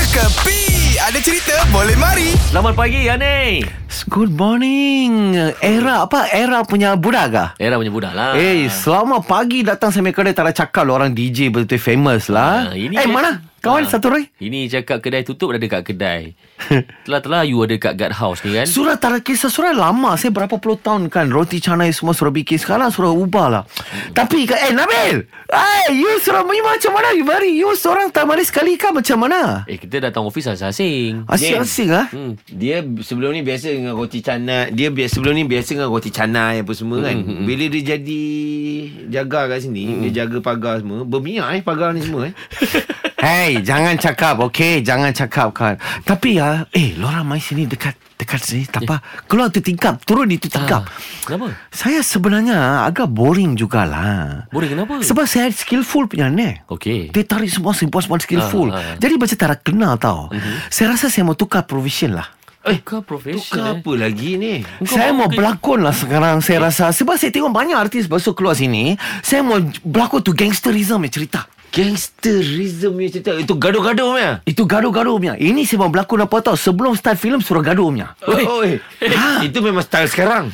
Kepi Ada cerita boleh mari Selamat pagi, Yani. Good morning. Era apa? Era punya budak kah? Era punya budak lah. Eh, selama pagi datang saya kedai tak ada cakap lo orang DJ betul-betul famous Ah, lah. eh, mana? Kawan Ah. satu Roy? Ini cakap kedai tutup dah dekat kedai. Telah-telah you ada kat guard house ni kan. Surah tak ada kisah Surah lama Saya berapa puluh tahun kan Roti canai semua Surah bikin Sekarang surah ubah lah Hmm. Tapi Eh Nabil Eh You surah you macam mana You bari You seorang tak mari sekali kah Macam mana Eh, kita datang office asing-asing. Asing-asing ah. Hmm. Dia sebelum ni biasa dengan roti canai. Dia biasa sebelum ni biasa dengan roti canai apa semua kan. Bila dia jadi jaga kat sini, dia jaga pagar semua, berminyak eh pagar ni semua eh. Hey Jangan cakap Okay Jangan cakap kan Tapi ya Eh lorang main sini Dekat Dekat sini Tak apa Ya. Keluar tu tingkap Turun di tu tingkap Ah, Kenapa? Saya sebenarnya agak boring jugalah. Boring kenapa? Sebab saya skillful punya ni. Okey. Dia tarik semua perempuan-perempuan skillful. Ah, Mhm. ah. Jadi macam tak nak kenal tau. Saya rasa saya mau tukar profession lah. Eh, kau professional. Tukar eh. apa lagi ni? Kau Ya. saya mau mau ke- berlakon lah sekarang Saya rasa Sebab saya tengok banyak artis Baru keluar sini Saya mau berlakon tu Gangsterism punya cerita Gangsterism ni cerita. Itu gaduh-gaduh punya. Itu gaduh-gaduh punya Ini saya mau berlakon apa tau Sebelum start filem Suruh gaduh punya Oi. Oi. Ha? Itu memang style sekarang.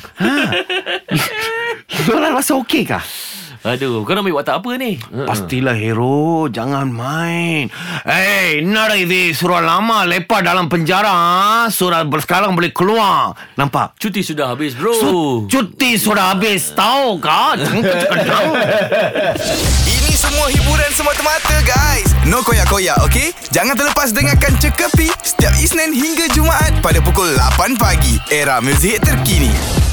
Diorang rasa okey kah? Aduh, kau nak ambil watak apa ni? Ah. Pastilah hero Jangan main Eh, Hey Nada ini Surah lama Lepak dalam penjara ha? Surah ber- sekarang boleh keluar Nampak Cuti sudah habis, bro. Su- Cuti sudah habis Tahu kah Jangan cakap tahu Ini semua hiburan semata-mata guys No koyak-koyak ok Jangan terlepas dengarkan Cekapi Setiap Isnin hingga Jumaat Pada pukul 8 pagi Era muzik terkini